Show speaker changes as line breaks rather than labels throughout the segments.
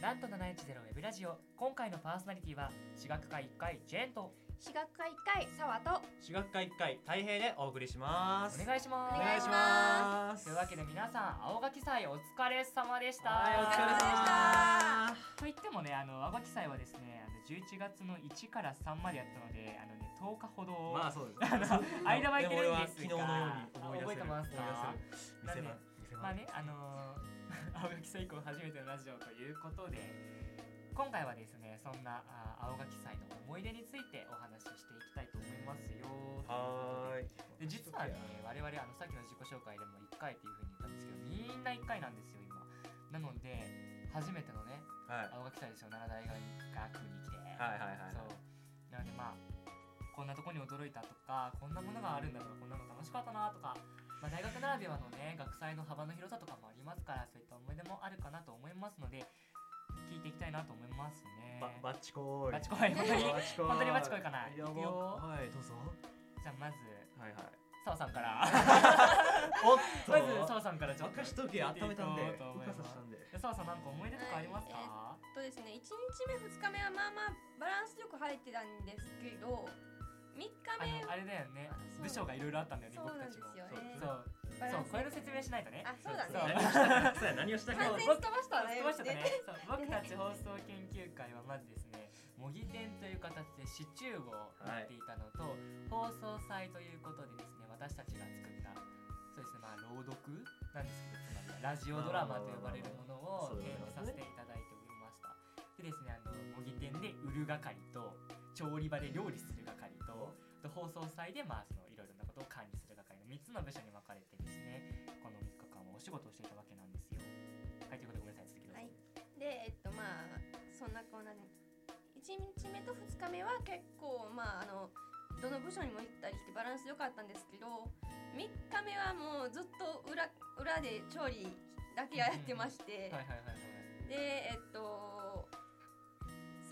なんと710ウェブラジオ今回のパーソナリティは私学科1回ジェンと
私学科一回沢と
私学科1回太平でお送りします
お願いします
お願いし
ます
というわけで皆さん青柿祭お疲れ様でした
はいお疲れ様でし
と
た
言ってもねあの青柿祭はですねあの11月の1から3までやったのであのね10日ほど、
まあそうですね
間空いてるんですが
でも俺は昨日のように思い出せる
覚えてますか
見せ
な
ま
ん
見せ
ま
ま
あね、あの ー、青垣祭以降初めてのラジオということで今回はですねそんなあー青垣祭の思い出についてお話ししていきたいと思いますよ
はーい
で実はね我々あのさっきの自己紹介でも1回っていうふうに言ったんですけどみんな1回なんですよ今なので初めてのね
はい
青垣祭ですよ奈良大学に来てはい
はいはいはい
そうなのでまあこんなとこに驚いたとかこんなものがあるんだとかこんなの楽しかったなとか、まあ、大学ならではのね学祭の幅の広さとかもありますからそういった思い出もあるかなと思いますので聞いていきたいなと思いますね
ばバッチコーイ
バチコイ 本当に
バチコイ
本当にバチコイかな
やば
いくよ
はいどうぞ
じゃあまず
はいはい
澤さんから
おっと
まず澤さんからちょっと
沸かしとき温めたん
聞いてい
で
こうと
浮
思い
か
ます
させたんで
澤さんなんか思い出とかありますか、
とですね1日目2日目はまあまあバランスよく晴れてたんですけど3日
あのあれだよね
あそう
部署がいろいろあったんだよね
そう
僕た
なんで
ち
す
も
よね
そう
目
そう
バランス
これの説明しないとね
あそうだ
そう
ね
そうや何をしたか
完全に飛ばした
そう
ね
飛ばしちゃったね。そう僕たち放送研究会はまずですね、模擬店という形でシチューを売っていたのと、放送祭ということでですね、私たちが作ったそうですね、まあ朗読なんですけど、つまりラジオドラマと呼ばれるもの
あ
を
ーそう
提
で
供
す
さ
ね
せていただいておりました。でですね、あの模擬店で売る係と調理場で料理する係と。あと放送祭でまあそのいろいろなことを管理する係の3つの部署に分かれてですねこの3日間はお仕事をしていたわけなんですよ。はいということでごめんなさい続きどうぞ
はいでえっとまあそんなこんなで1日目と2日目は結構まああのどの部署にも行ったりしてバランス良かったんですけど3日目はもうずっと裏裏で調理だけやってまして、
はいはいはいはい。
でえっと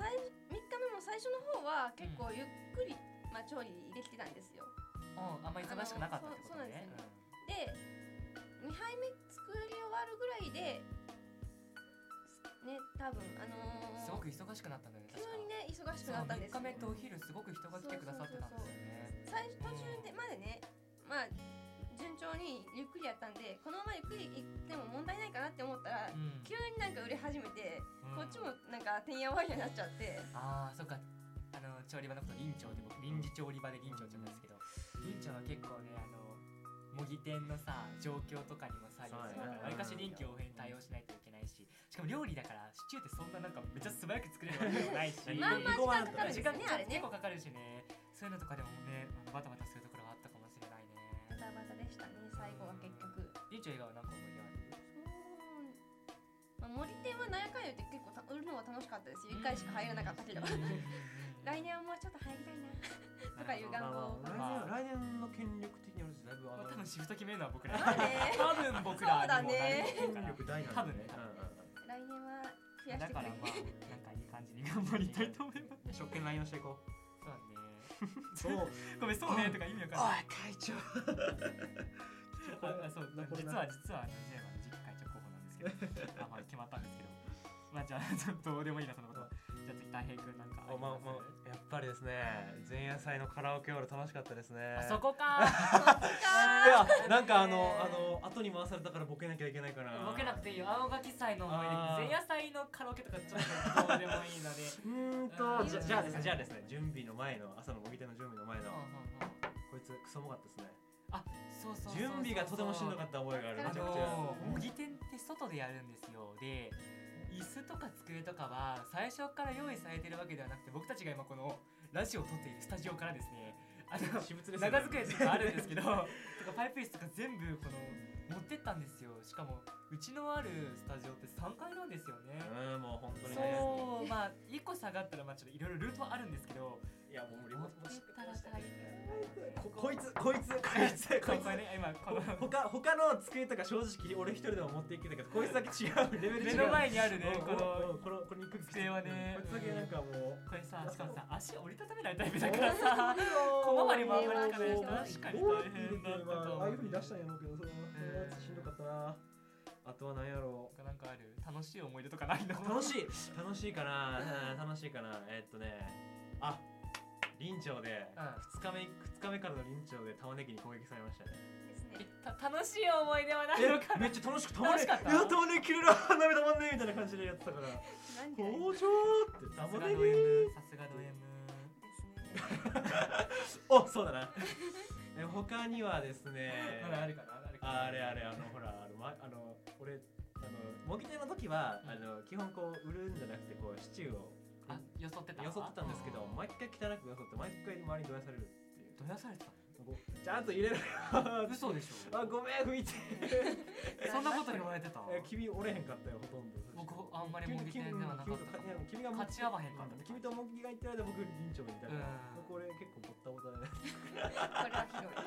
最3日目も最初の方は結構ゆっくり、まあ、調理できてたんですよ
うん、あんまり忙しくなかったってこと
あのそうそうなんです
ね
よ。ねで2杯目作り終わるぐらいでね多分あ
うん
のー
すごく忙しくなったんだよね。
急
確か
にね忙し
そう
くなったんです
3日
よ
目とお昼すごく人が来てくださってたんですよね。
最初途中でまでねまあ順調にゆっくりやったんでこのままゆっくり行っても問題ないかなって思ったら、
うん
急になんか売れ始めて、
うん
こっちもなんかてんやわんやになっちゃって
ああ、そっか。あの調理場のこと臨調って僕臨時調理場で臨調って言うんですけど、臨調は結構ねあの模擬店のさ状況とかにも左右するから
そうね
わりかし臨機応変に対応しないといけないし、しかも料理だからシチューってそんななんかめっちゃ素早く作れるわけでもないし
何。
まあまあ時間かか
時間ね
るんですよねあれ
結
ね
構かかるしねそういうのとかでもねあのバタバタするところはあったかもしれない
バ
ね
タバタでしたね最後は結局
りんちゃん以外は何か思い出ある
うん、まあ、森店は何やかんや言って結構た売るのは楽しかったですよ1回しか入らなかったけど来年はもうちょっと入りたいなとかいう願望を
るほど
まあまあ来年来年の権力的にあるしだいぶあ
まあ
の
多分シフト決めるのは僕ら
まあね
多分僕らにもなるから
権力大
多
なんで
分
ね
ね
うんうん
来年は増やし
だ
てく
か
れ
らまあなんかいい感じに頑張りたいと思います
うん職権乱用していこ
そうだね
うそう
ごめんそうねとか意味わかんない
会長
あそう
残り
実
な
は実はあのジェイは実家直候補なんですけどあまあ決まったんですけどまあじゃあちょっとどうでもいいなそのことはじゃあ次大平君なんかあ
お
り
ま
ます
あまあやっぱりですね前夜祭のカラオケオール楽しかったですね
あそこか
いやなんかあ
ね
のあの後に回されたからボケなきゃいけないから
ボケなくていいよ青垣祭の思い
あ
出
ー
前夜祭のカラオケとかちょっとどうでもいいので
うーんとじゃ
うん
じゃあですねじゃあですね準備の前の朝の模擬店の準備の前の
うんうんうん
こいつクソもかったですね
あそうそうそうそう
準備がとてもしんどかった覚えがある
あ
めちゃくち
の
ゃ
ー模擬店って外でやるんですよで椅子とか机とかは最初から用意されてるわけではなくて僕たちが今このラジオを撮っているスタジオからですねあの
私物です よね
長机とかあるんですけどとかパイプ椅子とか全部この持ってったんですよしかもうちのあるスタジオって3階なんですよね
うんもう本当にね
そうまあ1個下がったらまあちょっといろいろルートはあるんですけど
いやもう無理
持
も
っ
う
てったら大変
ここいつこいつこいつこ
こ
い
い
つ
つね今こ
ほ
の
他他の机とか正直俺一人でも持っていけたけどこいつだけ違うレベル違
目
う
の前にある
う
ね
ん
この
うんこのこの肉
机はね
こいつだけなんかもう
これさしかもさ足折りたためないタイプだからさ小回りもあんまりかないし確かに大変だったと
ああ
思
いう
う
ふうに出したんやろうけどそのやつしんどかったなあとは何やろ
他なんかある楽しい思い出とかないの
う楽
い
しい楽しいかなうん楽しいかなえっとねあ林長で
うん
2日目2日目からの林長で玉ねぎに攻撃されましたね
です ね
た楽しい思い出はないのか
えめっちゃ楽しく玉ねぎ
楽しかった
いや玉ねぎ切れる あ涙止まんねえみたいな感じでやってたから
なんか
工場っ
さ
て
す
玉
が
ね
ド
ぎ
M さすがド M
ですね
おそうだ なえ他にはですね
まだあるかなあるかな
あれあれあのほらあの,、ま、あの俺あの模擬店の時は、
うん
あの基本こう売るんじゃなくてこうシチューを
あよそってた
よそってたんですけど
うん
毎回汚くよそって毎回周りにどやされるっていう
どやされてた
こうちゃんと入れろよ
の嘘でしょ
あごめん拭 いて
そんなこと言われてた
え君折れへんかったよほとんど
僕あんまり模擬店ではなかったかも
君君君が
勝ち合わへんかった
君と模擬が行ってる間僕臨場みたいな
うん
これ結構ボッタボタで
これはひどい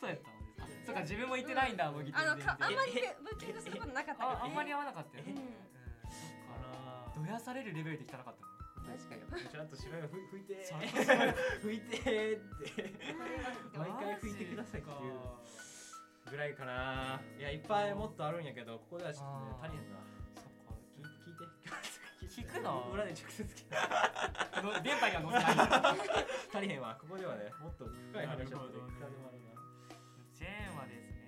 そうやったのですねそっか自分も行ってないんだ模擬店
あの
全然
かあんまりねブッキングすることなかったから
ああんまり合わなかったよね
うん
うんそっか
あ
どやされるレベルで汚かったの
確かに
ちゃんとしろよ、ふ拭いて
そ
ー
れこそ
拭いてーって
でも
毎回拭いてくださいっていうぐらいかな。いや、いっぱいもっとあるんやけど、ここではちょっとね、
あー
足りへんな。
そっか
聞聞いて。
聞くの
裏で直接聞く。
の電波には乗せない
足りへんわ。ここではね、もっと深い話をしていくらでもあるな。
チェーンはですね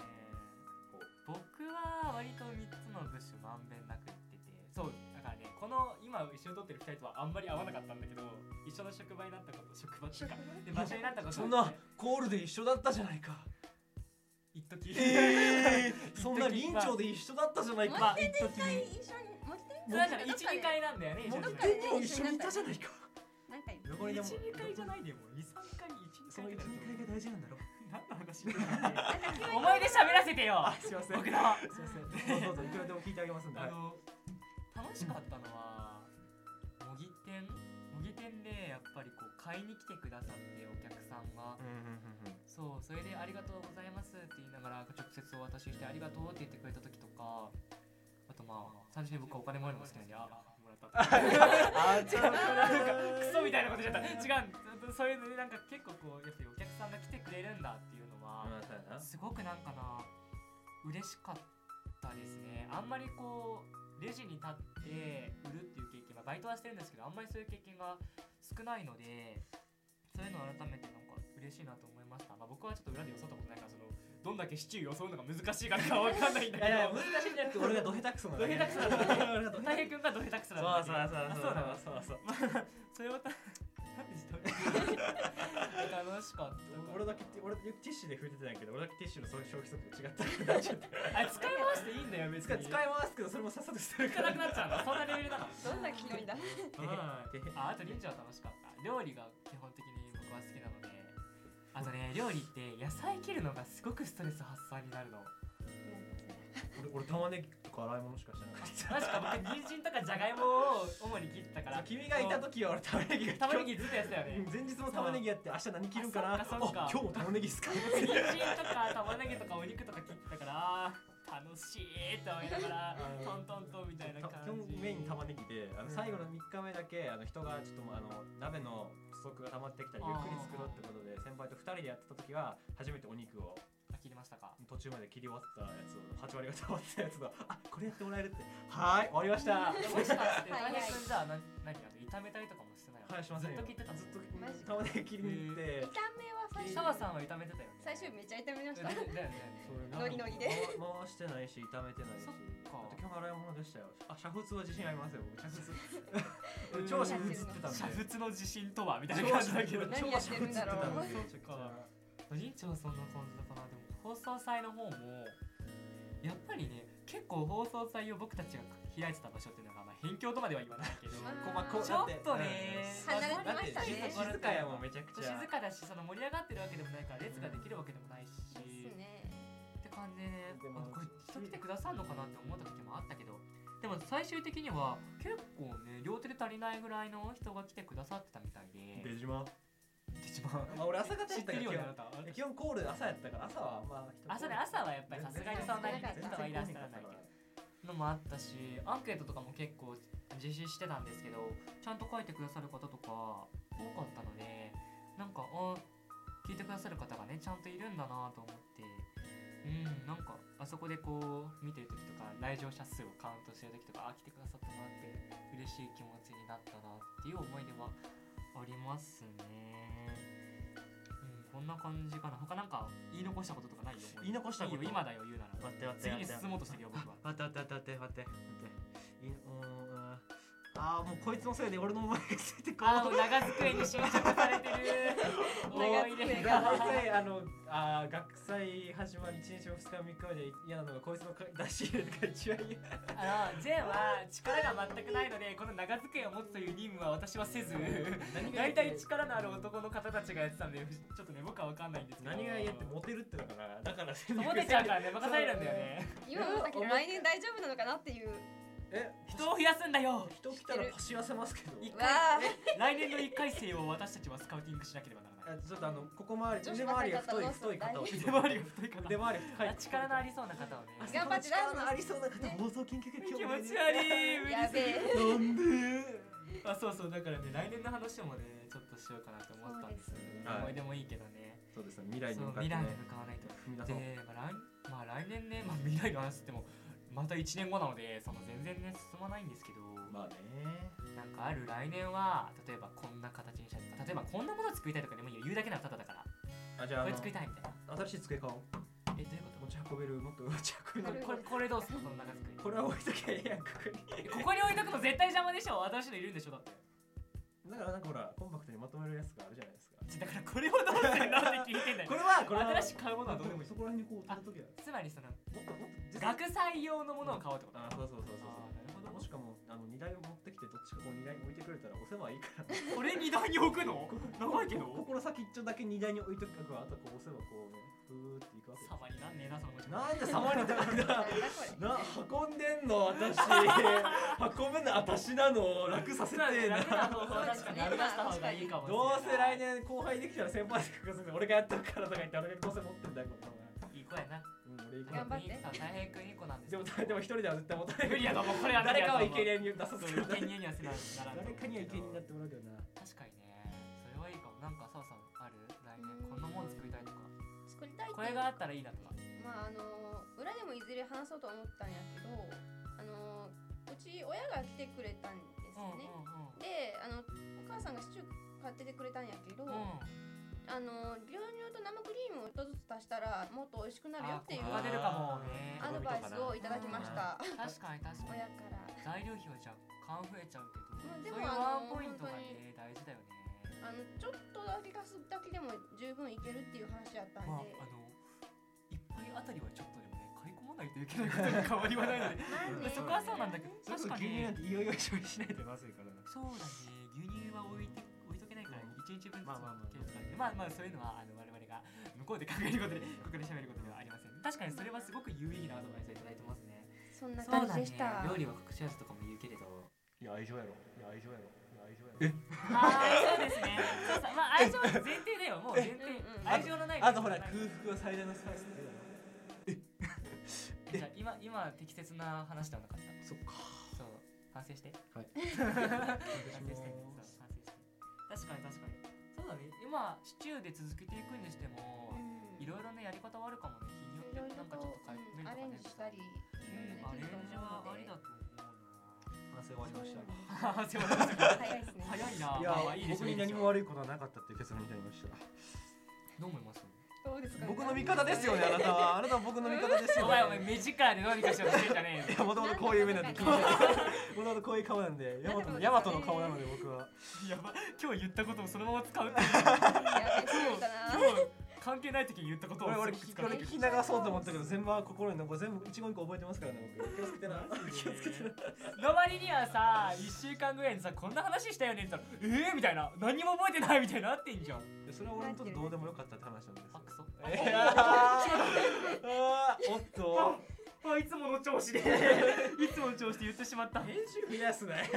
僕は割と3つの部首まんべんなくいっててそうだからねこの今一緒に撮ってる2人とはあんまり合わなかったんだけど一緒の職場になったこと職場っていうかで場所になったこと
そんなゴールで一緒だったじゃないか。
一時、
え
一時
そんな臨場で一緒だったじゃない
まあ。
か一時
一回一緒に持って
それはじゃない12回なんだよね一緒
も
に
どっ
う
かでね
でも一緒にいたじゃないか。
なんか
ど
こ
こ
れ
に
でも
でも
12回じゃないでも23回12
その
回
一
だよ
二回が大事なんだろ。
何の話してるんだよ思い出喋らせてよ
あ、すいません。
僕の
すいません。どうぞどうぞいくらでも聞いてあげますんで。
あ
はい
の楽しかったのは模擬店模擬店でやっぱりこう買いに来てくださってお客さんがそうそれで「ありがとうございます」って言いながら直接お渡しして「ありがとう」って言ってくれた時とかあとまあ単純に僕はお金もらうのが好きなんで「ああもらった」
あ、ちょっと
クソみたいなことじゃった違うそういうのでなんか結構こうやっぱりお客さんが来てくれるんだっていうのは、すごくなんかな嬉しかったですねあんまりこうレジに立って売るっていう経験はバイトはしてるんですけどあんまりそういう経験が少ないのでそういうのを改めてなんか嬉しいなと思いました、まあ、僕はちょっと裏でよそったことないからそのどんだけシチューよそうのが難しいかかわかんないんだけ
いやいや
ど
難しいんじゃなくて俺がドヘタクソなだけ
ドヘタクソなんだ
俺がドヘタ
大
ク
平君がど下手くそ
ソ
なんだけど
そう
あ
そうそうそうそう
まあそれはたなんで一人 楽しかった
俺だけ俺よくティッシュで拭いてたんやけど俺だけティッシュの消費速度違ったからちょっと
あ使い回していいんだよ別
使
に
い使い回すけどそれもさっさと捨てる
使
か
わ
ら
なくなっちゃうんだそんなレベルなの
どんな気分だ
うん ああとリンジは楽しかった料理が基本的に僕は好きなのであとね料理って野菜切るのがすごくストレス発散になるの
俺俺玉ねぎとか洗い物しかしてなかっ
確か僕人参とかじゃがいもを主に切ったか
た
ら
君がいた時は俺玉ねぎが
玉ねぎずっとやってたよね
前日も玉ねぎやって明日何切るんか
あ
な
そっかそっか
あ今日も玉ねぎっすか
人参とか玉ねぎとかお肉とか切ったから楽しいと思いながら
うん
トントントンみたいな
た
感
基本
じ
メイン玉ねぎであ
うん
の最後の3日目だけあの人がちょっともうあの鍋の不足が溜まってきたりゆっくり作ろうってことで先輩と2人でやってた時は初めてお肉を
あ切りましたか
途中まで切り終わったやつを8割が溜まってたやつがあこれやってもらえるってはーい終わりました
もしかして大
早い
平君じゃあ何何あの炒めたりとかもしてないの
はいしませんよ
ずっと切ってたの
ずっと
マジ
玉ねぎ切りに行って
炒めは最
シ
初
ャワさんは炒めてたよね
最終日めっちゃ炒めました
だよね だよね
そうなんか
ノリノリで
ま回してないし炒めてないし
そっか
あと基本洗い物でしたよあ煮沸は自信ありますよ僕煮 沸
うん
超煮沸ってたんで
煮沸の自信とはみたいな感じだけど
超
何やってるんだろう
超煮沸ってたんで
そっか個人長そんな感じだったなでも放送祭の方もやっぱりね結構放送祭を僕たちが開いてた場所っていうのがまあ辺境とまでは言わないけど
まあ
こまこう
ちょっとね
だ
離れて
ってだ
ま
っ
してたね
静かやもんめちゃくち
静
ゃ
かだしその盛り上がってるわけでもないから列ができるわけでもないし、
ですね
って感じでね
でも
あこれ人来てくださるのかなって思った時もあったけどでも最終的には結構ね両手で足りないぐらいの人が来てくださってたみたいで
出島
一番
まあ俺朝方や
知
っ
ったてる
けど
よ
基
ね
本
あなた
基本コール朝やったから朝はまあ人
朝ね朝はやっぱりさすがにそんなに人はいらっしゃらないけどのもあったしアンケートとかも結構実施してたんですけどちゃんと書いてくださる方とか多かったのでなんかあ聞いてくださる方がねちゃんといるんだなと思ってうんなんかまあ、そこでこう見てる時とか来場者数をカウントしてる時とかあ来てくださったなって嬉しい気持ちになったなっていう思いではありますね、うん、こんな感じかな他なんか言い残したこととかないよもう
言い残したこと
いいよ今だよ言うなら
待って待って
次
待
に
って
進もうとしてるよ僕は
待って待って待って待って待っていいうんうんあーもうこいつのせいで俺の思いがついてこ
あ
な
の
い
長机に侵食されてる
長
思い
机
出
が
が
大体あのあー学祭始まり1日も2日も3日まで嫌なのがこいつの出し入れが一番嫌
あのジェンは力が全くないのでこの長机を持つという任務は私はせず
何が
大体力のある男の方たちがやってたんでふちょっとね僕は分かんないんですけど
何が嫌ってモテるってのかなだから戦
モテちゃうからね任されるんだよね
今の先で来年大丈夫なのかなっていう
え
人を増やすんだよ
人来たら腰痩せますけど
い
わあ
来年の1回生を私たちはスカウティングしなければならない
あちょっとあのここ周り
女子
腕周りが太い
ばっか
太
り
い
だったらど
方を
うす
腕
る
周りが太いか
腕
な
周りが
あ力のありそうな方をね
頑張って
その力
ダンス
のありそうな方放送緊急
気
劇
持ち
を
悪い無理
や
す
べ
ぎ
え
なんで
あそうそうだからね来年の話もねちょっとしようかなと思ったんですよね
そうですね
思
はい
い出もいいけどね
そうですね未来
そ
に
う
向かっ
未
て
来
ね
に向かわないと
踏み出そう
で、まあ、来まあ来年ね、まあ、未来の話ってもまた1年後なのでその全然ね進まないんですけど、
まあね
なんかある来年は例えばこんな形にしたいとか例えばこんなもの作りたいとかでもいいよ言うだけならただだから
あじゃ
こ
ああ
れ作りたいみたいな
の新しい机買おう
えどういうこ
持ち運べるもっと持ち運べ
と
る
これこれどうすかこの中作り
これは置いときゃいいやんここに
ここに置いとくの絶対邪魔でしょ私のいるんでしょだっ て
だからなんかほらコンパクトにまとめるやつがあるじゃないですか
ちょだからこれをどうするのって聞いてんだよ
これはこれは
新しく買うものはどうでもいい
そこら辺にこう置いときゃ
つまりその
もっともっと
学祭用のものを買おうってこと
あそうそうそう
あーなるほ
そう
ど
もしかもあの荷台を持ってきてどっちかこう荷台に置いてくれたら押せばいいから
これ荷台に置くの長いけど
ここの先っちょだけ荷台に置いとくからあとはこう押せばこうねふーっていくわけです
様になんねえなその文字
なんで触りたくない
なんだこれ
な運んでんの私運ぶの私なの 楽させてえな
楽な方法確かに歩かした方がいいかもしれ
ど
な
う
い
せ来年後輩できたら先輩とかするんで俺がやっとくからとか言って俺がどうせ持ってんだよこ
いい子やな
のうん俺行く
頑張って
た大変くんいい子なんです
で
よ
もでも一人では絶対持たない
無理やと思うこれは無理
誰
や
か
と
は
思う
イケニに出させ
そう
る
いう権限にはせなならんと思う
誰
けど
かにはイケニになってもらうけどな
確かにねそれはいいかもなんか澤さんある来年こんなもん作りたいとか
作りたいって
これがあったらいいなとか
まああの裏でもいずれ話そうと思ったんやけどあのうち親が来てくれたんです
うんうん
ね、であのお母さんがシチュー買っててくれたんやけど、
うんうん
あの牛乳と生クリームを一つずつ足したらもっと美味しくなるよ
あ
って
こ
いう
こが出るかもね
アドバイスをいただきました、
確かに確かに
親から
材料費は若干増えちゃうけど
まあでも
そういうワ
あ
ン
の
ポイントが
本当
ね大事だよね
あのちょっとだけ貸すだけでも十分いけるっていう話やったん
まああの
で、
一杯あたりはちょっとでもね買い込まないといけないことに変わりはないので
まあね
そこはそうなんだけど確か
牛乳
に
なんていよいよ消費しないとまずいからな
そうだね牛乳は置いて置いとけないから
うん
1日分ずつ
まあまあまあ
置けるとかねまあまあそういうのはあの我々が向こうで考えることでここで喋ることではありません確かにそれはすごく有意義なアドバイスをいただいてますね
そんな
そう
感
だね
じでした、
料理は隠し味とかも言うけれど
いや愛情やろいや愛情やろいや愛情やろ
ああそうですねそうさまあ愛情前提だよもう前提
うんうん
愛情のない
あとほら空腹は最大のスパイスだよ
じゃあ今今適切な話ではなかった
そっか
そう反省して
はい
反省してそう反省して確かに確かにそうだね今シチューで続けていくにしても
うん
いろいろねやり方はあるかもね日によっ
い
て
ろい
なん
ろ
かちょ
と
っと変え
うんア
たり
レン
と
ジし
か
た
ね
りいろ
アレ
いろ
ン
できると
ジは
思
あ
うの
り
で
だと
反省終わりました
思うなすいませんすいません
早いですね
早いなまあまあいいです
僕
よいいで
に
す
何
よ
も悪いことはなかったっていう結論になりました
どう思います
どうですか
僕の味方ですよねあなたはあなたは僕の味方です
お
よ
前お前
ね
目力でどうにかしようとしてんじゃねえよ
い やもともとこういう目なん
なん
で
だ
もともとこういう顔なんでヤマト
なん
の
だ
ヤマトの顔なので僕は
やば今日言ったことをそのまま使うって
やべえそうだな
今日関係ない時に言ったことを
俺俺
す
聞
ごく使って
俺
る
聞き流そうと思ったけど全部は心に残る全部一言一個覚えてますからね僕気をつけてな気をつけてな
の割にはさ1週間ぐらいにさこんな話したよねって言ったら「えー?」みたいな何にも覚えてないみたいになってんじゃん
いやそれは俺にとってどうでもよかったって話なんです
あ
よ
クソ
えー あーあーおっと
あいつもの調子で いつもの調子で言ってしまった
編集増やすね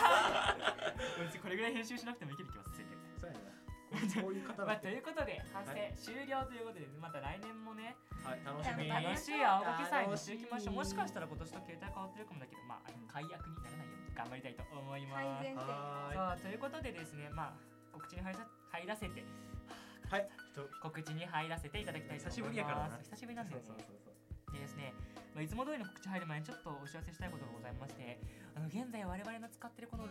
うちこれぐらい編集しなくてもいける気がする
そうやなこういう方
まあ、
だって
ということで反省、
はい
終了ということでまた来年もね
はい楽し
頑張
み
りま
に
しょう
楽しい青学祭にし
楽してみ
いきましょうもしかしたら今年と携帯変わってるかもだけどまああの解約にならないように頑張りたいと思います
改善点
は
さあ
ーい
ということでですねまあ告知に入ら入らせて
はい。ちょ
告知に入らせていただきたいと思います
久しぶりやからな
久しぶりなんだよね
そうそうそうそう
でですねまあ、いつも通りの告知入る前にちょっとお知らせしたいことがございましてあの現在我々の使ってるこの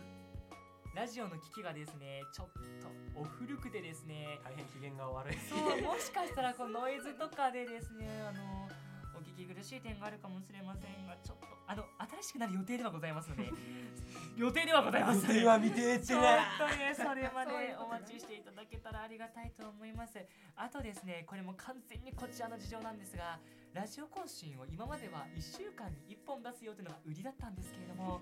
ラジオの機器がですねちょっとお古くてですね
大変機嫌が 悪い
そうもしかしたらこのノイズとかでですねあのお聞き苦しい点があるかもしれませんがちょっとあの新しくなる予定ではございますので 予定ではございますので
見てっ
ちょっとね、それまで
そういうこと
お
ね
待ちしていただけたらありがたいと思います。あとですね、これも完全にこちらの事情なんですが、ラジオ更新を今までは1週間に1本出すよというのが売りだったんですけれど も、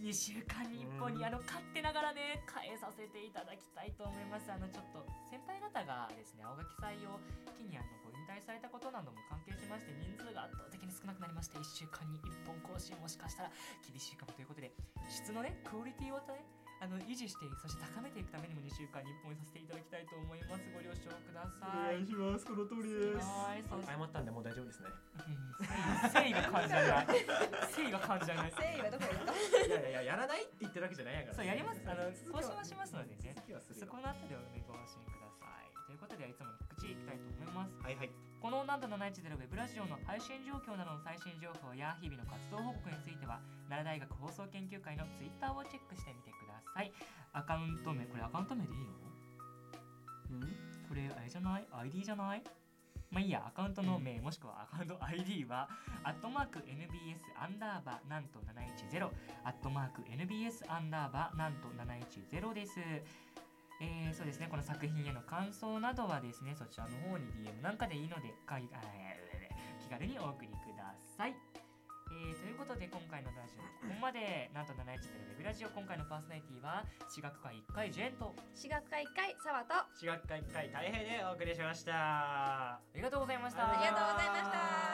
2週間に1本にあの勝手ながらね、変えさせていただきたいと思います。あのちょっと先輩方がですね、青垣祭を機にあのご引退されたことなども関係しまして、人数が圧倒的に少なくなりまして、1週間に1本更新もしかしたら厳しいかもということで、質のね、クオリティをね、あの維持してそして高めていくためにも2週間に1本にさせていただきたいと思いますご了承ください
しますこの通り
はーいそ
謝ったんでもう大丈夫ですね
う誠意が感じられない誠意が感じられない
誠意はどこへ行った
いやいやいややらないって言ってるわけじゃないやから
そうやりますあの更新は
し
しますのでね
続きはする
そ
よ
この後でおご安心くださいということでいつもの告知いきたいと思います
はいはい
このなんと710ウェブラジオの配信状況などの最新情報や日々の活動報告については奈良大学放送研究会のツイッターをチェックしてみてくださいアカウント名これアカウント名でいいのこれあれじゃない ?ID じゃないまあいいや、アカウントの名もしくはア カウント ID は、アットマーク NBS アンダーバーなんと710、アットマーク NBS アンダーバーなんと710です。えー、そうですね、この作品への感想などはですね、そちらの方に DM なんかでいいので、かいあー気軽にお送りください。えー、ということで今回のラジオはここまでなんと710ウェブラジオ今回のパーソナリティは私学会1回ジェント
私学科一回沢と
私学科一回大変でお送りしました
ありがとうございました
ありがとうございました